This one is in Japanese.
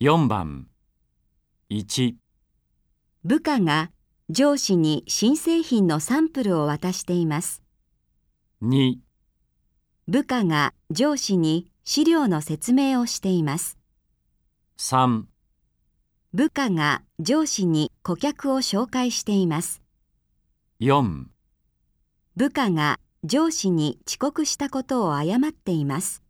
4番1、部下が上司に新製品のサンプルを渡しています。 2、部下が上司に資料の説明をしています。 3、部下が上司に顧客を紹介しています。 4部下が上司に遅刻したことを謝っています。